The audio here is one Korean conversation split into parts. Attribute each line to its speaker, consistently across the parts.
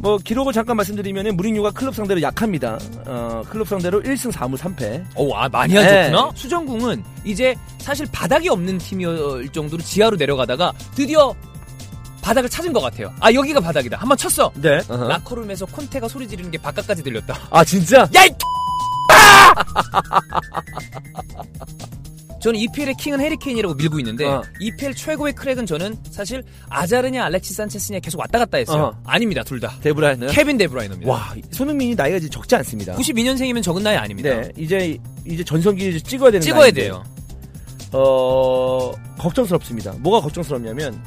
Speaker 1: 뭐 기록을 잠깐 말씀드리면 무링류가 클럽 상대로 약합니다. 어, 클럽 상대로 1승 4무 3패.
Speaker 2: 오, 아, 많이 안
Speaker 1: 네.
Speaker 2: 좋구나? 수정궁은 이제 사실 바닥이 없는 팀이었을 정도로 지하로 내려가다가 드디어 바닥을 찾은 것 같아요. 아, 여기가 바닥이다. 한번 쳤어.
Speaker 1: 네.
Speaker 2: 라커룸에서 콘테가 소리 지르는 게 바깥까지 들렸다.
Speaker 1: 아 진짜?
Speaker 2: 야, 이 아! 저는 EPL의 킹은 해리케인이라고 밀고 있는데
Speaker 1: 어.
Speaker 2: EPL 최고의 크랙은 저는 사실 아자르냐 알렉시 산체스냐 계속 왔다 갔다 했어요.
Speaker 1: 어.
Speaker 2: 아닙니다, 둘 다.
Speaker 1: 데브라이는
Speaker 2: 케빈 데브라이너입니다.
Speaker 1: 와 손흥민이 나이가 이제 적지 않습니다.
Speaker 2: 92년생이면 적은 나이 아닙니다.
Speaker 1: 네 이제 이제 전성기 이제 찍어야 되는
Speaker 2: 찍어야
Speaker 1: 나이인데,
Speaker 2: 돼요.
Speaker 1: 어 걱정스럽습니다. 뭐가 걱정스럽냐면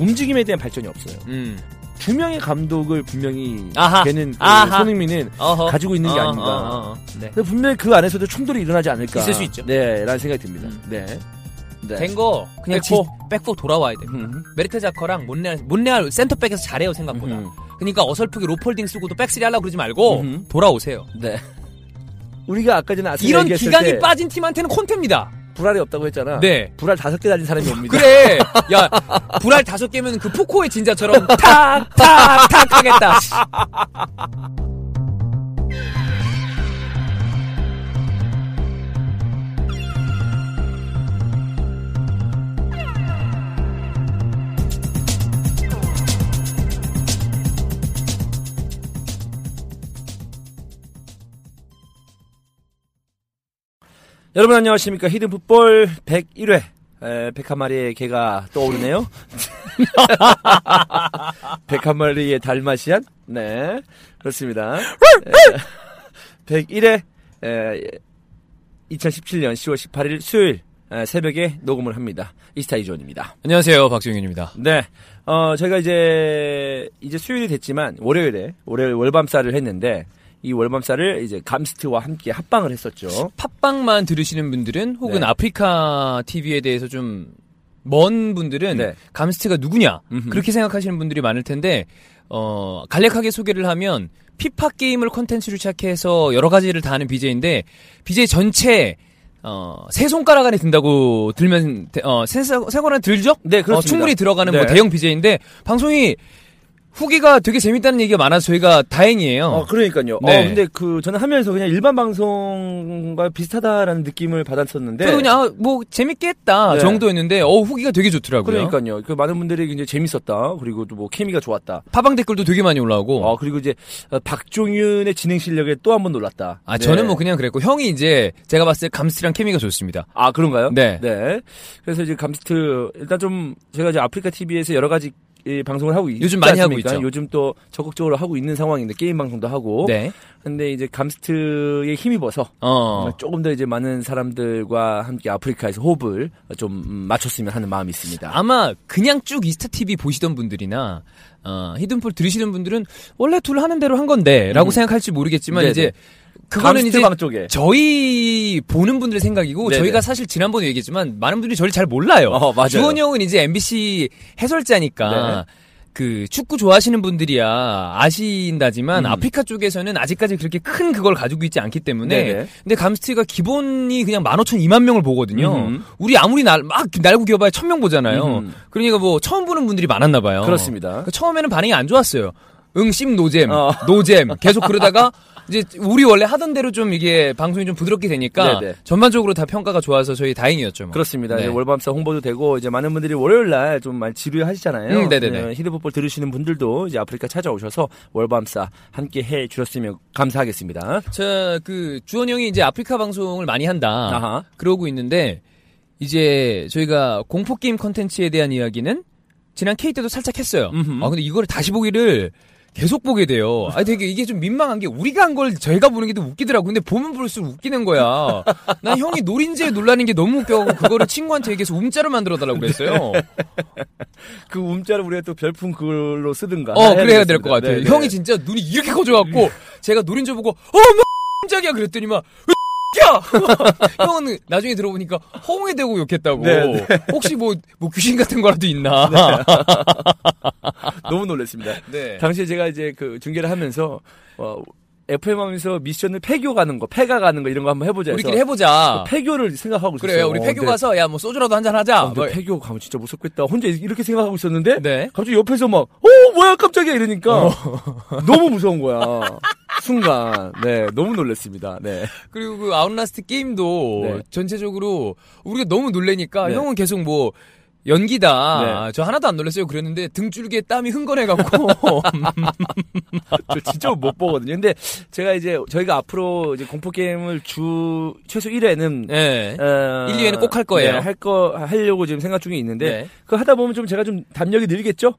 Speaker 1: 움직임에 대한 발전이 없어요.
Speaker 2: 음.
Speaker 1: 두 명의 감독을 분명히
Speaker 2: 아하.
Speaker 1: 되는 그
Speaker 2: 아하.
Speaker 1: 손흥민은
Speaker 2: 어허.
Speaker 1: 가지고 있는 게
Speaker 2: 어,
Speaker 1: 아닌가.
Speaker 2: 어, 어, 어. 네.
Speaker 1: 근데 분명히 그 안에서도 충돌이 일어나지 않을까.
Speaker 2: 있을 수 있죠.
Speaker 1: 네라는 생각이 듭니다.
Speaker 2: 음.
Speaker 1: 네. 네.
Speaker 2: 된 거 그냥
Speaker 1: 백호.
Speaker 2: 지- 백포 돌아와야 돼.
Speaker 1: 음.
Speaker 2: 메르테 자커랑 몬레알, 몬레알 센터백에서 잘해요 생각보다.
Speaker 1: 음.
Speaker 2: 그러니까 어설프게 로폴딩 쓰고도 백스리 하려고 그러지 말고
Speaker 1: 음.
Speaker 2: 돌아오세요.
Speaker 1: 네. 우리가 아까 전에 아스날
Speaker 2: 이런
Speaker 1: 얘기했을
Speaker 2: 기강이
Speaker 1: 때
Speaker 2: 빠진 팀한테는 콘테입니다.
Speaker 1: 불알이 없다고 했잖아.
Speaker 2: 네.
Speaker 1: 불알 다섯 개 달린 사람이 옵니다.
Speaker 2: 그래. 야, 불알 다섯 개면 그 포코의 진자처럼 탁, 탁, 탁 하겠다.
Speaker 1: 여러분 안녕하십니까? 히든 풋볼 101회. 에, 101마리의 개가 떠오르네요. 101마리의 달마시안? 네. 그렇습니다. 101회 2017년 10월 18일 수요일 에, 새벽에 녹음을 합니다. 이스타 이존입니다.
Speaker 2: 안녕하세요, 박종현입니다.
Speaker 1: 네. 어, 저희가 이제, 이제 수요일이 됐지만, 월요일에, 월요일 월밤쌀을 했는데, 이 월밤쌀을 이제 감스트와 함께 합방을 했었죠.
Speaker 2: 팟빵만 들으시는 분들은 혹은
Speaker 1: 네.
Speaker 2: 아프리카 TV에 대해서 좀 먼 분들은
Speaker 1: 네.
Speaker 2: 감스트가 누구냐
Speaker 1: 음흠.
Speaker 2: 그렇게 생각하시는 분들이 많을 텐데 어 간략하게 소개를 하면 피파 게임을 콘텐츠로 시작해서 여러 가지를 다 하는 BJ인데 BJ 전체 어세 손가락 안에 든다고 들면 어세 손가락 들죠?
Speaker 1: 네, 그렇습니다.
Speaker 2: 어, 충분히 들어가는 뭐
Speaker 1: 네.
Speaker 2: 대형 BJ인데 방송이 후기가 되게 재밌다는 얘기가 많아서 저희가 다행이에요.
Speaker 1: 어, 그러니까요. 어,
Speaker 2: 네.
Speaker 1: 근데 그, 저는 하면서 그냥 일반 방송과 비슷하다라는 느낌을 받았었는데.
Speaker 2: 그래도 그냥 아, 뭐 재밌게 했다
Speaker 1: 네.
Speaker 2: 정도였는데 어 후기가 되게 좋더라고요.
Speaker 1: 그러니까요. 그 많은 분들이 굉장히 재밌었다. 그리고 또 뭐 케미가 좋았다.
Speaker 2: 파방 댓글도 되게 많이 올라오고.
Speaker 1: 어, 그리고 이제 어, 박종윤의 진행 실력에 또 한 번 놀랐다.
Speaker 2: 아
Speaker 1: 네.
Speaker 2: 저는 뭐 그냥 그랬고 형이 이제 제가 봤을 때 감스랑 케미가 좋습니다.
Speaker 1: 아 그런가요?
Speaker 2: 네.
Speaker 1: 그래서 이제 감스트 일단 좀 제가 이제 아프리카 TV에서 여러 가지 이 방송을 하고 있
Speaker 2: 요즘 많이 하고 있죠.
Speaker 1: 요즘 또 적극적으로 하고 있는 상황인데 게임 방송도 하고.
Speaker 2: 네.
Speaker 1: 근데 이제 감스트에 힘입어서
Speaker 2: 어.
Speaker 1: 조금 더 이제 많은 사람들과 함께 아프리카에서 호흡을 좀 음, 맞췄으면 하는 마음이 있습니다.
Speaker 2: 아마 그냥 쭉 이스타 TV 보시던 분들이나 어, 히든폴 들으시는 분들은 원래 둘 하는 대로 한 건데라고 생각할지 모르겠지만
Speaker 1: 음. 네네.
Speaker 2: 이제 그거는
Speaker 1: 감스트
Speaker 2: 이제
Speaker 1: 방 쪽에.
Speaker 2: 저희 보는 분들의 생각이고
Speaker 1: 네네.
Speaker 2: 저희가 사실 지난번에 얘기했지만 많은 분들이 저를 잘 몰라요.
Speaker 1: 어, 맞아요. 네.
Speaker 2: 주원 형은 이제 MBC 해설자니까 그 축구 좋아하시는 분들이야
Speaker 1: 음.
Speaker 2: 아신다지만 아프리카 쪽에서는 아직까지 그렇게 큰 그걸 가지고 있지 않기 때문에
Speaker 1: 네네.
Speaker 2: 근데 감스트가 기본이 그냥 15,000, 2만 명을 보거든요.
Speaker 1: 음.
Speaker 2: 우리 아무리 날, 막 날고 기어봐야 1,000명 보잖아요.
Speaker 1: 음.
Speaker 2: 그러니까 뭐 처음 보는 분들이 많았나 봐요.
Speaker 1: 그렇습니다.
Speaker 2: 그러니까 처음에는 반응이 안 좋았어요. 응, 심, 노잼,
Speaker 1: 어.
Speaker 2: 노잼. 계속 그러다가, 이제, 우리 원래 하던 대로 좀 이게 방송이 좀 부드럽게 되니까,
Speaker 1: 네네.
Speaker 2: 전반적으로 다 평가가 좋아서 저희 다행이었죠. 뭐.
Speaker 1: 그렇습니다.
Speaker 2: 네.
Speaker 1: 이제 월밤사 홍보도 되고 이제 많은 분들이 월요일 날 좀 많이 지루하시잖아요.
Speaker 2: 음, 네네네.
Speaker 1: 히드풋볼 들으시는 분들도 이제 아프리카 찾아오셔서 월밤사 함께 해 주셨으면 감사하겠습니다.
Speaker 2: 저, 그, 주원 형이 이제 아프리카 방송을 많이 한다.
Speaker 1: 아하.
Speaker 2: 그러고 있는데, 이제 저희가 공포게임 컨텐츠에 대한 이야기는 지난 K 때도 살짝 했어요.
Speaker 1: 음흠.
Speaker 2: 아, 근데 이걸 다시 보기를 계속 보게 돼요. 아 되게 이게 좀 민망한 게 우리가 한 걸 저희가 보는 게 더 웃기더라고. 근데 보면 볼수록 웃기는 거야. 난 형이 노린지에 놀라는 게 너무 웃겨가고 그거를 친구한테 얘기해서 움짤을 만들어 달라고 그랬어요.
Speaker 1: 그 움자를 우리가 또 별풍 그걸로 쓰든가.
Speaker 2: 어 그래야 될 것
Speaker 1: 아, 되겠습니다.
Speaker 2: 같아요.
Speaker 1: 네, 음. 네.
Speaker 2: 형이 진짜 눈이 이렇게 커져갖고 제가 노린 줄 보고 어머 뭐 깜짝이야 그랬더니만 야 형은 나중에 들어보니까 허공에 대고 욕했다고.
Speaker 1: 네, 네.
Speaker 2: 혹시 뭐 뭐 귀신 같은 거라도 있나?
Speaker 1: 너무 놀랐습니다.
Speaker 2: 네.
Speaker 1: 당시에 제가 이제 그 중계를 하면서 어, FM 하면서 미션을 폐교 가는 거, 폐가 가는 거 이런 거 한번 해보자 해서
Speaker 2: 우리끼리 해보자.
Speaker 1: 네, 폐교를 생각하고 있었어요.
Speaker 2: 그래요. 우리 폐교
Speaker 1: 어, 근데-
Speaker 2: 가서 야 뭐 소주라도 한잔 하자.
Speaker 1: 어, 근데
Speaker 2: 뭐-
Speaker 1: 폐교 가면 진짜 무섭겠다. 혼자 이렇게 생각하고 있었는데
Speaker 2: 네. 어.
Speaker 1: 갑자기 옆에서 막, 어, 뭐야, 깜짝이야, 이러니까. 너무 무서운 거야. 순간. 네, 너무 놀랐습니다. 네.
Speaker 2: 그리고 그 아웃라스트 게임도
Speaker 1: 네.
Speaker 2: 전체적으로 우리가 너무 놀래니까
Speaker 1: 네.
Speaker 2: 형은 계속 뭐 연기다.
Speaker 1: 네.
Speaker 2: 저 하나도 안 놀랐어요. 그랬는데 등줄기에 땀이 흥건해갖고
Speaker 1: 저 진짜 못 보거든요. 근데 제가 이제 저희가 앞으로 이제 공포게임을 주, 최소 1회는
Speaker 2: 예.
Speaker 1: 어,
Speaker 2: 일, 이회는 꼭할 거예요.
Speaker 1: 네, 할 거, 하려고 지금 생각 중에 있는데,
Speaker 2: 네.
Speaker 1: 그거 하다 보면 좀 제가 좀 담력이 늘겠죠?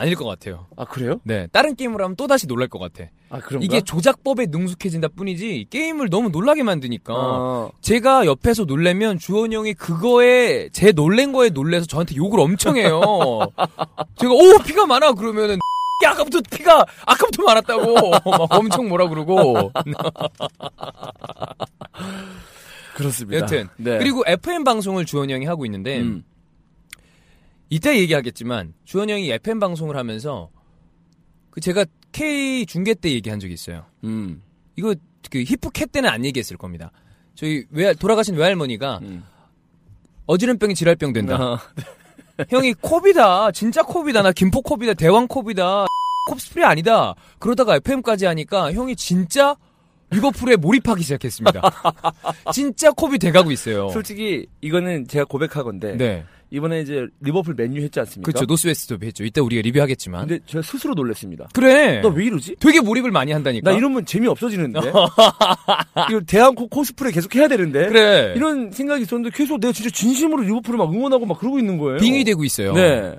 Speaker 2: 아닐 것 같아요.
Speaker 1: 아, 그래요?
Speaker 2: 네, 다른 게임을 하면 또 다시 놀랄 것 같아.
Speaker 1: 아, 그런가?
Speaker 2: 이게 조작법에 능숙해진다 뿐이지 게임을 너무 놀라게 만드니까
Speaker 1: 어,
Speaker 2: 제가 옆에서 놀래면 주원 형이 그거에 제 놀란 거에 놀래서 저한테 욕을 엄청 해요. 제가 오 피가 많아 그러면은 야, 아까부터 피가 아까부터 많았다고 막 엄청 뭐라 그러고
Speaker 1: 그렇습니다.
Speaker 2: 여튼
Speaker 1: 네.
Speaker 2: 그리고 FM 방송을 주원 형이 하고 있는데
Speaker 1: 음.
Speaker 2: 이따 얘기하겠지만 주원 형이 FM 방송을 하면서 그 제가 K 중계 때 얘기한 적이 있어요.
Speaker 1: 음.
Speaker 2: 이거 그 히프캣 때는 안 얘기했을 겁니다. 저희 외 돌아가신 외할머니가
Speaker 1: 음.
Speaker 2: 어지럼병이 질랄병 된다.
Speaker 1: 아,
Speaker 2: 형이 컵이다. 진짜 컵이다. 나 김포 컵이다. 대왕 컵이다. 컵스프레 아니다. 그러다가 FM까지 하니까 형이 진짜 리버풀에 몰입하기 시작했습니다. 진짜 컵이 돼가고 있어요.
Speaker 1: 솔직히 이거는 제가 고백하건데
Speaker 2: 네.
Speaker 1: 이번에 이제 리버풀 맨유 했지 않습니까?
Speaker 2: 그렇죠. 노스웨스트 했죠. 이따 우리가 리뷰하겠지만.
Speaker 1: 근데 제가 스스로 놀랐습니다.
Speaker 2: 그래.
Speaker 1: 나 왜 이러지?
Speaker 2: 되게 몰입을 많이 한다니까.
Speaker 1: 나 이러면 재미 없어지는데. 이거 대한코 코스프레 계속 해야 되는데.
Speaker 2: 그래.
Speaker 1: 이런 생각이 있었는데 계속 내가 진짜 진심으로 리버풀을 막 응원하고 막 그러고 있는 거예요.
Speaker 2: 빙의 되고 있어요.
Speaker 1: 네.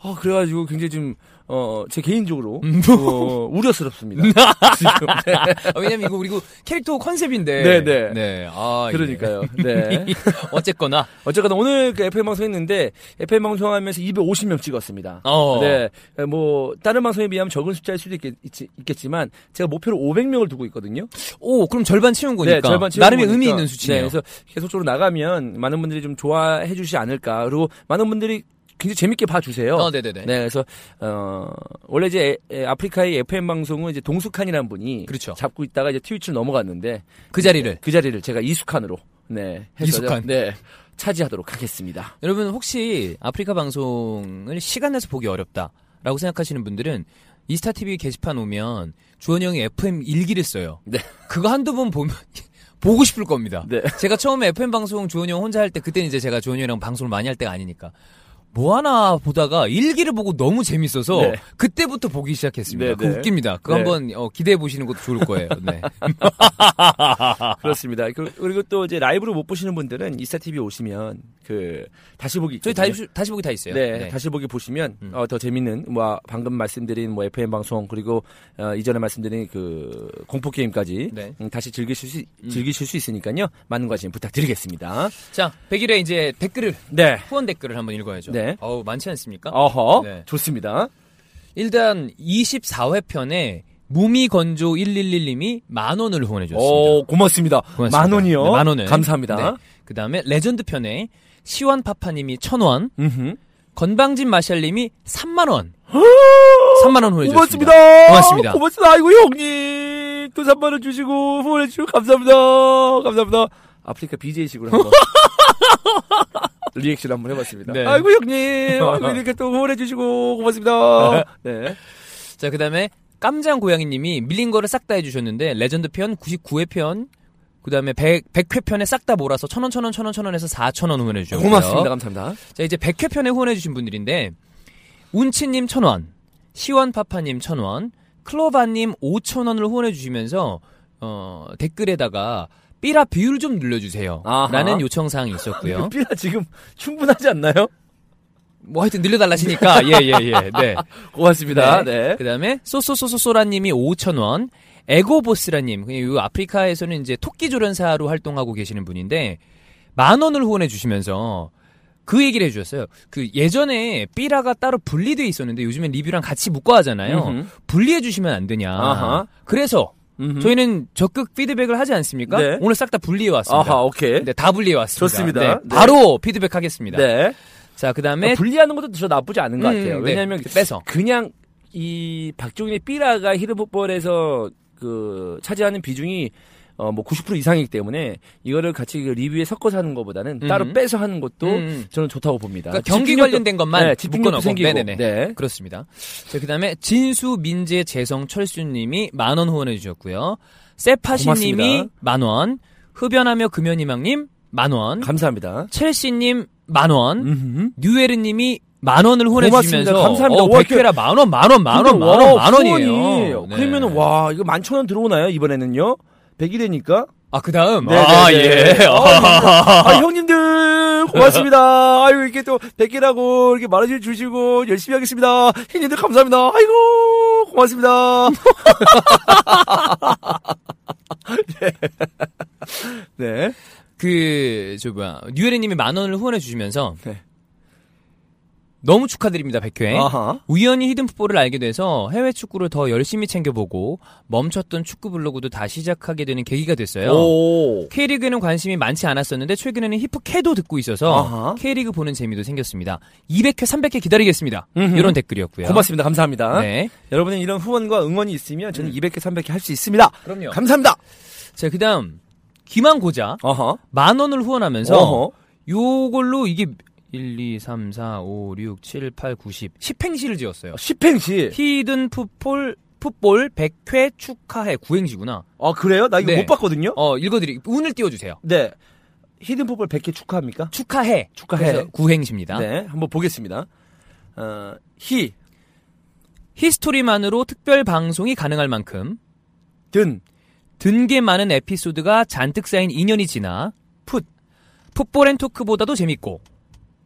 Speaker 1: 아, 그래가지고 굉장히 좀, 어, 제 개인적으로,
Speaker 2: 음, 뭐.
Speaker 1: 어, 우려스럽습니다. 지금. 네.
Speaker 2: 아, 왜냐면 이거 그리고 캐릭터 컨셉인데.
Speaker 1: 네, 네.
Speaker 2: 네. 아, 예.
Speaker 1: 그러니까요. 네.
Speaker 2: 어쨌거나
Speaker 1: 어쨌거나 오늘 그 FM 방송 했는데, FM 방송 하면서 250명 찍었습니다.
Speaker 2: 어.
Speaker 1: 네. 뭐, 다른 방송에 비하면 적은 숫자일 수도 있겠, 지만 제가 목표로 500명을 두고 있거든요.
Speaker 2: 오 그럼 절반 채운 거니까
Speaker 1: 네, 절반 채우고
Speaker 2: 나름의
Speaker 1: 보니까.
Speaker 2: 의미 있는 수치네요.
Speaker 1: 네, 그래서 계속적으로 나가면 많은 분들이 좀 좋아해 주시지 않을까. 그리고 많은 분들이 굉장히 재밌게 봐주세요.
Speaker 2: 어, 네네네.
Speaker 1: 네, 그래서 어 원래 이제 에- 에- 아프리카의 FM 방송은 이제 동숙한이라는 분이
Speaker 2: 그렇죠.
Speaker 1: 잡고 있다가 이제 트위치를 넘어갔는데
Speaker 2: 그 자리를.
Speaker 1: 그 자리를 제가 이숙한으로 네 해서
Speaker 2: 이숙한.
Speaker 1: 네 차지하도록 하겠습니다.
Speaker 2: 여러분 혹시 아프리카 방송을 시간 내서 보기 어렵다라고 생각하시는 분들은 이스타 TV 게시판 오면 주원 형이 FM 일기를 써요.
Speaker 1: 네.
Speaker 2: 그거 한두 번 보면 보고 싶을 겁니다.
Speaker 1: 네.
Speaker 2: 제가 처음에 FM 방송 주원 형 혼자 할 때 그때는 이제 제가 주원 형이랑 방송을 많이 할 때가 아니니까 뭐 하나 보다가 일기를 보고 너무 재밌어서
Speaker 1: 네.
Speaker 2: 그때부터 보기 시작했습니다.
Speaker 1: 네,
Speaker 2: 그거
Speaker 1: 네.
Speaker 2: 웃깁니다. 그거
Speaker 1: 네.
Speaker 2: 한번 어, 기대해 보시는 것도 좋을 거예요. 네.
Speaker 1: 그렇습니다. 그- 그리고 또 이제 라이브로 못 보시는 분들은 이스타 TV 오시면 그 다시 보기
Speaker 2: 저희
Speaker 1: 있거든요.
Speaker 2: 다시, 다시 보기 다 있어요. 음.
Speaker 1: 네, 다시 보기 보시면 어, 더 재밌는 뭐 방금 말씀드린 뭐 FM 방송 그리고 어, 이전에 말씀드린 그 공포 게임까지
Speaker 2: 네.
Speaker 1: 음, 다시 즐기실 수 즐기실 수 있으니까요. 많은 관심 부탁드리겠습니다.
Speaker 2: 자, 100일에 이제 댓글을
Speaker 1: 네.
Speaker 2: 후원 댓글을 한번 읽어야죠.
Speaker 1: 네.
Speaker 2: 어우, 많지 않습니까?
Speaker 1: 어허.
Speaker 2: 네.
Speaker 1: 좋습니다.
Speaker 2: 일단 24회 편에 무미건조 111님이 만 원을 후원해
Speaker 1: 오,
Speaker 2: 줬습니다.
Speaker 1: 고맙습니다.
Speaker 2: 고맙습니다.
Speaker 1: 만 원이요.
Speaker 2: 네, 만 원을.
Speaker 1: 감사합니다.
Speaker 2: 네. 그다음에 레전드 편에 시원 파파님이 천 원,
Speaker 1: 음흠.
Speaker 2: 건방진 마샬님이 3만 원. 3만 원 후원해
Speaker 1: 고맙습니다.
Speaker 2: 주셨습니다. 고맙습니다.
Speaker 1: 고맙습니다. 아이고 형님 또 3만 원 주시고 후원해 주시고 감사합니다. 감사합니다. 아프리카 BJ식으로 한번 리액션 한번 해봤습니다.
Speaker 2: 네.
Speaker 1: 아이고 형님 아이고 이렇게 또 후원해 주시고 고맙습니다. 네.
Speaker 2: 자, 그다음에 깜장 고양이님이 밀린 거를 싹 다 해주셨는데 레전드 편 99회 편 그다음에 100, 100회 편에 싹 다 몰아서 천 원, 천 원, 천 원, 천 원에서 4천 원 후원해 주셨고요.
Speaker 1: 고맙습니다. 감사합니다.
Speaker 2: 자, 이제 100회 편에 후원해주신 분들인데, 운치님 1000원, 시원파파님 1000원, 클로바님 5000원을 후원해주시면서, 어, 댓글에다가, 삐라 비율 좀 늘려주세요.
Speaker 1: 아하. 그 어?
Speaker 2: 라는 요청사항이 있었고요.
Speaker 1: 삐라 지금 충분하지 않나요?
Speaker 2: 뭐 하여튼 늘려달라시니까 예 예 예. 네.
Speaker 1: 고맙습니다. 네.
Speaker 2: 그다음에 소소소소소라님이 5천 원. 에고보스라님, 그냥 이 아프리카에서는 이제 토끼 조련사로 활동하고 계시는 분인데 만 원을 후원해 주시면서 그 얘기를 해주셨어요. 그 예전에 삐라가 따로 분리돼 있었는데 요즘엔 리뷰랑 같이 묶어 하잖아요.
Speaker 1: 음흠.
Speaker 2: 분리해 주시면 안 되냐.
Speaker 1: 아하.
Speaker 2: 그래서
Speaker 1: 음흠.
Speaker 2: 저희는 적극 피드백을 하지 않습니까?
Speaker 1: 네.
Speaker 2: 오늘 싹 다 분리해 왔습니다.
Speaker 1: 아하, 오케이.
Speaker 2: 네, 다 분리해 왔습니다.
Speaker 1: 좋습니다.
Speaker 2: 네,
Speaker 1: 네.
Speaker 2: 바로 피드백하겠습니다.
Speaker 1: 네.
Speaker 2: 자, 그다음에
Speaker 1: 분리하는 것도 저 나쁘지 않은 것
Speaker 2: 음,
Speaker 1: 같아요.
Speaker 2: 네.
Speaker 1: 왜냐하면
Speaker 2: 빼서.
Speaker 1: 그냥 이 박종인의 삐라가 히르풋볼에서 그 차지하는 비중이 어 뭐 90% 이상이기 때문에 이거를 같이 그 리뷰에 섞어서 하는 것보다는
Speaker 2: 음.
Speaker 1: 따로 빼서 하는 것도
Speaker 2: 음.
Speaker 1: 저는 좋다고 봅니다.
Speaker 2: 그러니까 경기
Speaker 1: 집중력도-
Speaker 2: 관련된 것만
Speaker 1: 네, 집중력도
Speaker 2: 묶어놓고.
Speaker 1: 생기고
Speaker 2: 네네네.
Speaker 1: 네.
Speaker 2: 그렇습니다. 자, 그다음에 진수 민재 재성 철수님이 만 원 후원해 주셨고요. 세파시님이
Speaker 1: 고맙습니다.
Speaker 2: 만 원, 흡연하며 금연희망님 만 원,
Speaker 1: 감사합니다.
Speaker 2: 첼시님 만 원,
Speaker 1: 음흠.
Speaker 2: 뉴에르님이 만 원을 후원해
Speaker 1: 고맙습니다.
Speaker 2: 주시면서
Speaker 1: 감사합니다.
Speaker 2: 어,
Speaker 1: 와,
Speaker 2: 백회라 만 원, 만 원, 만 원,
Speaker 1: 근데
Speaker 2: 만 원,
Speaker 1: 와,
Speaker 2: 만 원이에요. 네.
Speaker 1: 후원이 그러면 와 이거 11,000원 들어오나요 이번에는요? 100이 되니까
Speaker 2: 아 그다음
Speaker 1: 네,
Speaker 2: 아
Speaker 1: 네,
Speaker 2: 예.
Speaker 1: 네. 아, 형님들, 고맙습니다. 아유, 이렇게 또, 백개라고, 이렇게 말아주 주시고, 열심히 하겠습니다. 형님들, 감사합니다. 아이고, 고맙습니다. 네. 네.
Speaker 2: 그 저 뭐야 뉴에르님이 만 원을 후원해 주시면서
Speaker 1: 네.
Speaker 2: 너무 축하드립니다 백회.
Speaker 1: 아하.
Speaker 2: 우연히 히든 풋볼을 알게 돼서 해외 축구를 더 열심히 챙겨보고 멈췄던 축구 블로그도 다시 시작하게 되는 계기가 됐어요.
Speaker 1: 오.
Speaker 2: K리그는 관심이 많지 않았었는데 최근에는 히프캐도 듣고 있어서
Speaker 1: 아하.
Speaker 2: K리그 보는 재미도 생겼습니다. 200회, 300회 기다리겠습니다.
Speaker 1: 음흠.
Speaker 2: 이런 댓글이었고요.
Speaker 1: 고맙습니다. 감사합니다.
Speaker 2: 네. 음.
Speaker 1: 여러분의 이런 후원과 응원이 있으면 저는 200개, 300개 할 수 있습니다.
Speaker 2: 그럼요.
Speaker 1: 감사합니다.
Speaker 2: 자, 그다음 김한고자
Speaker 1: 어허.
Speaker 2: 만 원을 후원하면서
Speaker 1: 어허.
Speaker 2: 요걸로 이게 1, 2, 3, 4, 5, 6, 7, 8, 9, 10 10행시를
Speaker 1: 아,
Speaker 2: 지었어요.
Speaker 1: 시팽시.
Speaker 2: 히든 풋볼 풋볼 100회 축하해 구행시구나.
Speaker 1: 아, 그래요? 나 이거
Speaker 2: 네.
Speaker 1: 못 봤거든요?
Speaker 2: 어, 읽어드리, 운을 띄워주세요.
Speaker 1: 네. 히든포볼 100개 축하합니까?
Speaker 2: 축하해.
Speaker 1: 축하해.
Speaker 2: 그래서 구행시입니다.
Speaker 1: 네, 한번 보겠습니다. 어, 히,
Speaker 2: 히스토리만으로 특별 방송이 가능할 만큼
Speaker 1: 든,
Speaker 2: 든 게 많은 에피소드가 잔뜩 쌓인 2년이 지나 풋, 풋볼 앤 토크보다도 재밌고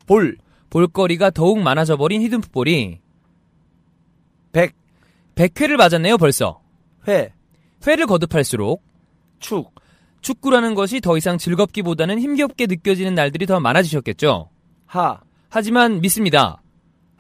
Speaker 1: 볼,
Speaker 2: 볼거리가 더욱 많아져 버린 히든 풋볼이
Speaker 1: 백,
Speaker 2: 100회를 맞았네요 벌써.
Speaker 1: 회,
Speaker 2: 회를 거듭할수록
Speaker 1: 축,
Speaker 2: 축구라는 것이 더 이상 즐겁기보다는 힘겹게 느껴지는 날들이 더 많아지셨겠죠.
Speaker 1: 하,
Speaker 2: 하지만 믿습니다.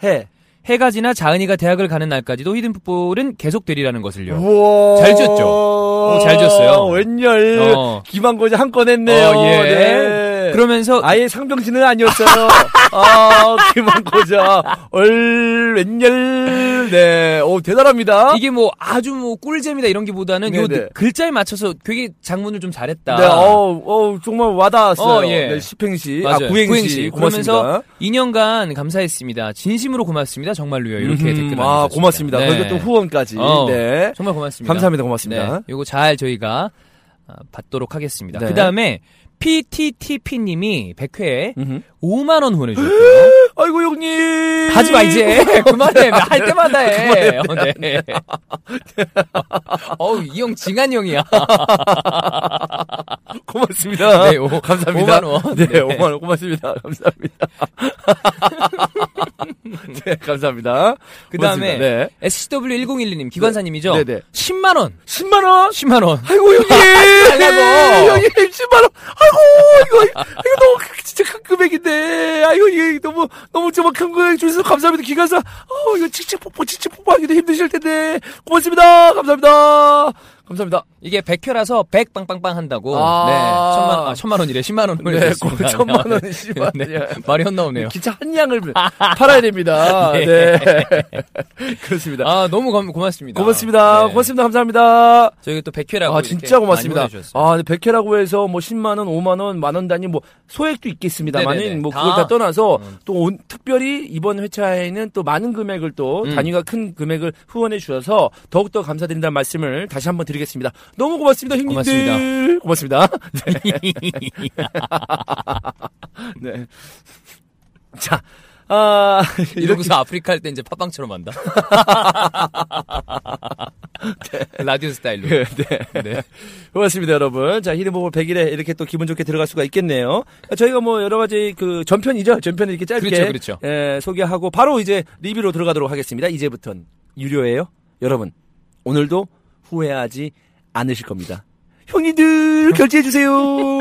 Speaker 1: 해.
Speaker 2: 해가 지나 자은이가 대학을 가는 날까지도 히든 풋볼은 계속되리라는 것을요. 어,
Speaker 1: 우와.
Speaker 2: 예. 잘 지었죠? 오, 잘 지었어요.
Speaker 1: 웬열.
Speaker 2: 어.
Speaker 1: 기만고자 한 건 했네요.
Speaker 2: 어, 예.
Speaker 1: 네.
Speaker 2: 그러면서
Speaker 1: 아예 상병진은 아니었어요. 아, 기만고자. 얼, 웬열. 네. 오, 대단합니다.
Speaker 2: 이게 뭐 아주 뭐 꿀잼이다 이런 게보다는 요
Speaker 1: 네네.
Speaker 2: 글자에 맞춰서 되게 장문을 좀 잘했다.
Speaker 1: 네, 어우, 어우, 정말 와닿았어요.
Speaker 2: 어, 예.
Speaker 1: 네, 시팽시.
Speaker 2: 맞아요.
Speaker 1: 아, 구행시. 고맙습니다.
Speaker 2: 그러면서 2년간 감사했습니다. 진심으로 고맙습니다. 정말로요. 네, 이렇게
Speaker 1: 음,
Speaker 2: 댓글
Speaker 1: 아,
Speaker 2: 남겨주셨습니다. 네.
Speaker 1: 고맙습니다. 그리고 또 후원까지.
Speaker 2: 어,
Speaker 1: 네.
Speaker 2: 정말 고맙습니다.
Speaker 1: 감사합니다. 고맙습니다.
Speaker 2: 네, 요거 잘 저희가 아, 받도록 하겠습니다.
Speaker 1: 네.
Speaker 2: 그다음에 PTTP님이 100회에
Speaker 1: 음흠.
Speaker 2: 5만 원 후원해주셨고요. 네.
Speaker 1: 아이고 형님.
Speaker 2: 하지 마 이제 아, 그만해 할 때마다 해. 어, 네. 어우 이 형 징한 형이야.
Speaker 1: 고맙습니다.
Speaker 2: 네, 오,
Speaker 1: 감사합니다.
Speaker 2: 5만 원.
Speaker 1: 네,
Speaker 2: 네.
Speaker 1: 5만 원 고맙습니다. 감사합니다. 네, 감사합니다.
Speaker 2: 그 다음에
Speaker 1: 고맙습니다. 네.
Speaker 2: SCW1012님 기관사님이죠.
Speaker 1: 네, 네.
Speaker 2: 10만 원.
Speaker 1: 10만 원.
Speaker 2: 10만 원.
Speaker 1: 아이고 형님.
Speaker 2: 달라고.
Speaker 1: 형님 10만 원. 아이고 이거 이거 너무 큰- 진짜 큰 금액인데. 아이고 이게 너무 너무 정말 큰 금액 주셔서 감사합니다. 기관사. 어 이거 칙칙 폭포 칙칙 폭포하기도 힘드실 텐데 고맙습니다. 감사합니다. 감사합니다.
Speaker 2: 이게 100회라서 100 빵빵빵 한다고.
Speaker 1: 아.
Speaker 2: 네. 천만, 아, 천만 원이래. 10만 원.
Speaker 1: 네, 그 천만 원이 10만
Speaker 2: 네.
Speaker 1: 원이야.
Speaker 2: 말이 헛나오네요.
Speaker 1: 기차 한 양을 팔아야 됩니다.
Speaker 2: 네.
Speaker 1: 네. 그렇습니다. 아,
Speaker 2: 아, 너무 고, 고맙습니다.
Speaker 1: 고맙습니다.
Speaker 2: 네.
Speaker 1: 고맙습니다. 감사합니다.
Speaker 2: 저희가 또 100회라고.
Speaker 1: 아, 진짜 고맙습니다.
Speaker 2: 아,
Speaker 1: 아, 100회라고 해서 뭐 10만원, 5만원, 만원 단위 뭐 소액도
Speaker 2: 네네네.
Speaker 1: 있겠습니다만은 뭐 그걸
Speaker 2: 다.
Speaker 1: 다, 떠나서 또 온- 특별히 이번 회차에는 또 많은 금액을 또
Speaker 2: 음.
Speaker 1: 단위가 큰 금액을 후원해 주셔서 더욱더 감사드린다는 말씀을 다시 한번 드리겠습니다. 너무 고맙습니다. 형님들. 고맙습니다. 네. 네. 자. 아, 이렇게
Speaker 2: 이러고서 아프리카 할 때 이제 팟빵처럼 한다. 라디오 스타일로.
Speaker 1: 네, 네.
Speaker 2: 네.
Speaker 1: 고맙습니다, 여러분. 자, 히든보볼 100일에 이렇게 또 기분 좋게 들어갈 수가 있겠네요. 저희가 뭐 여러 가지 그 전편이죠. 전편을 이렇게 짧게
Speaker 2: 그렇죠, 그렇죠.
Speaker 1: 예, 소개하고 바로 이제 리뷰로 들어가도록 하겠습니다. 이제부턴 유료예요. 여러분, 오늘도 후회하지 않으실 겁니다. 형님들 결제해 주세요.